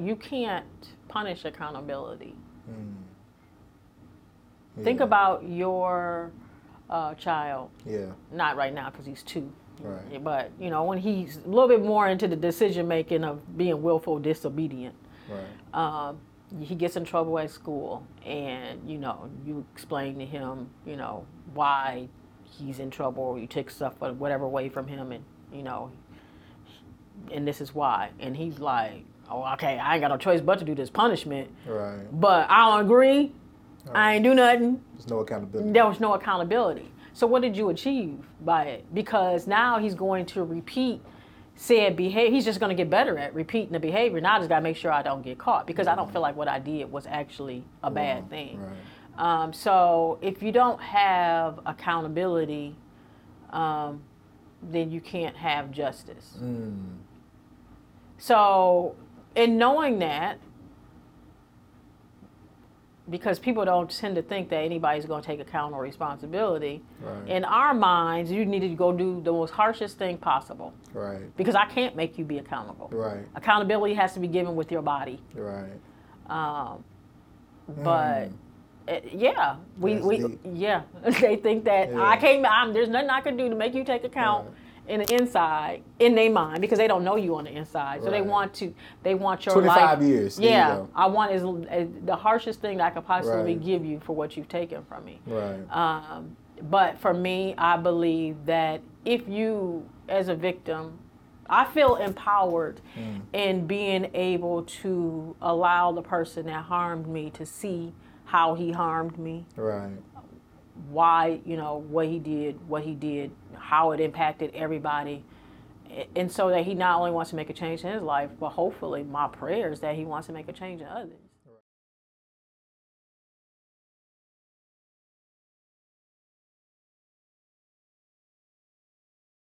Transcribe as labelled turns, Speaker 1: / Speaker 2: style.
Speaker 1: you can't punish accountability.
Speaker 2: Yeah.
Speaker 1: Think about your uh, child,
Speaker 2: Yeah.
Speaker 1: not right now because he's two,
Speaker 2: Right.
Speaker 1: but you know when he's a little bit more into the decision making of being willful disobedient.
Speaker 2: Right.
Speaker 1: um, he gets in trouble at school, and you know, you explain to him, you know, why he's in trouble, or you take stuff or whatever away from him, and you know, and this is why. And he's like, "Oh, okay, I ain't got no choice but to do this punishment,
Speaker 2: Right.
Speaker 1: but I don't agree. I ain't do nothing."
Speaker 2: There's no accountability.
Speaker 1: there was no accountability. So what did you achieve by it? Because now he's going to repeat said behavior. He's just going to get better at repeating the behavior. Now I just got to make sure I don't get caught because I don't feel like what I did was actually a bad thing.
Speaker 2: Right.
Speaker 1: Um, so if you don't have accountability, um, then you can't have justice.
Speaker 2: Mm,
Speaker 1: So, in knowing that, because people don't tend to think that anybody's going to take account or responsibility,
Speaker 2: Right.
Speaker 1: in our minds, you need to go do the most harshest thing possible
Speaker 2: Right.
Speaker 1: because I can't make you be accountable.
Speaker 2: Right.
Speaker 1: Accountability has to be given with your body.
Speaker 2: Right.
Speaker 1: Um, but eh, yeah, we,
Speaker 2: Mm. That's
Speaker 1: we
Speaker 2: deep.
Speaker 1: yeah, they think that
Speaker 2: Yeah.
Speaker 1: I can't. I'm, there's nothing I can do to make you take account in the inside in their mind because they don't know you on the inside, so they
Speaker 2: Right.
Speaker 1: want to they want your
Speaker 2: 25
Speaker 1: life.
Speaker 2: years, there you
Speaker 1: Yeah,
Speaker 2: go.
Speaker 1: I want is eh, the harshest thing that I could possibly
Speaker 2: Right.
Speaker 1: give you for what you've taken from me.
Speaker 2: Right.
Speaker 1: Um, but for me, I believe that if you, as a victim, I feel empowered in being able to allow the person that harmed me to see how he harmed me,
Speaker 2: right.
Speaker 1: why, you know, what he did, what he did, how it impacted everybody. A- And so that he not only wants to make a change in his life, but hopefully my prayers that he wants to make a change in others.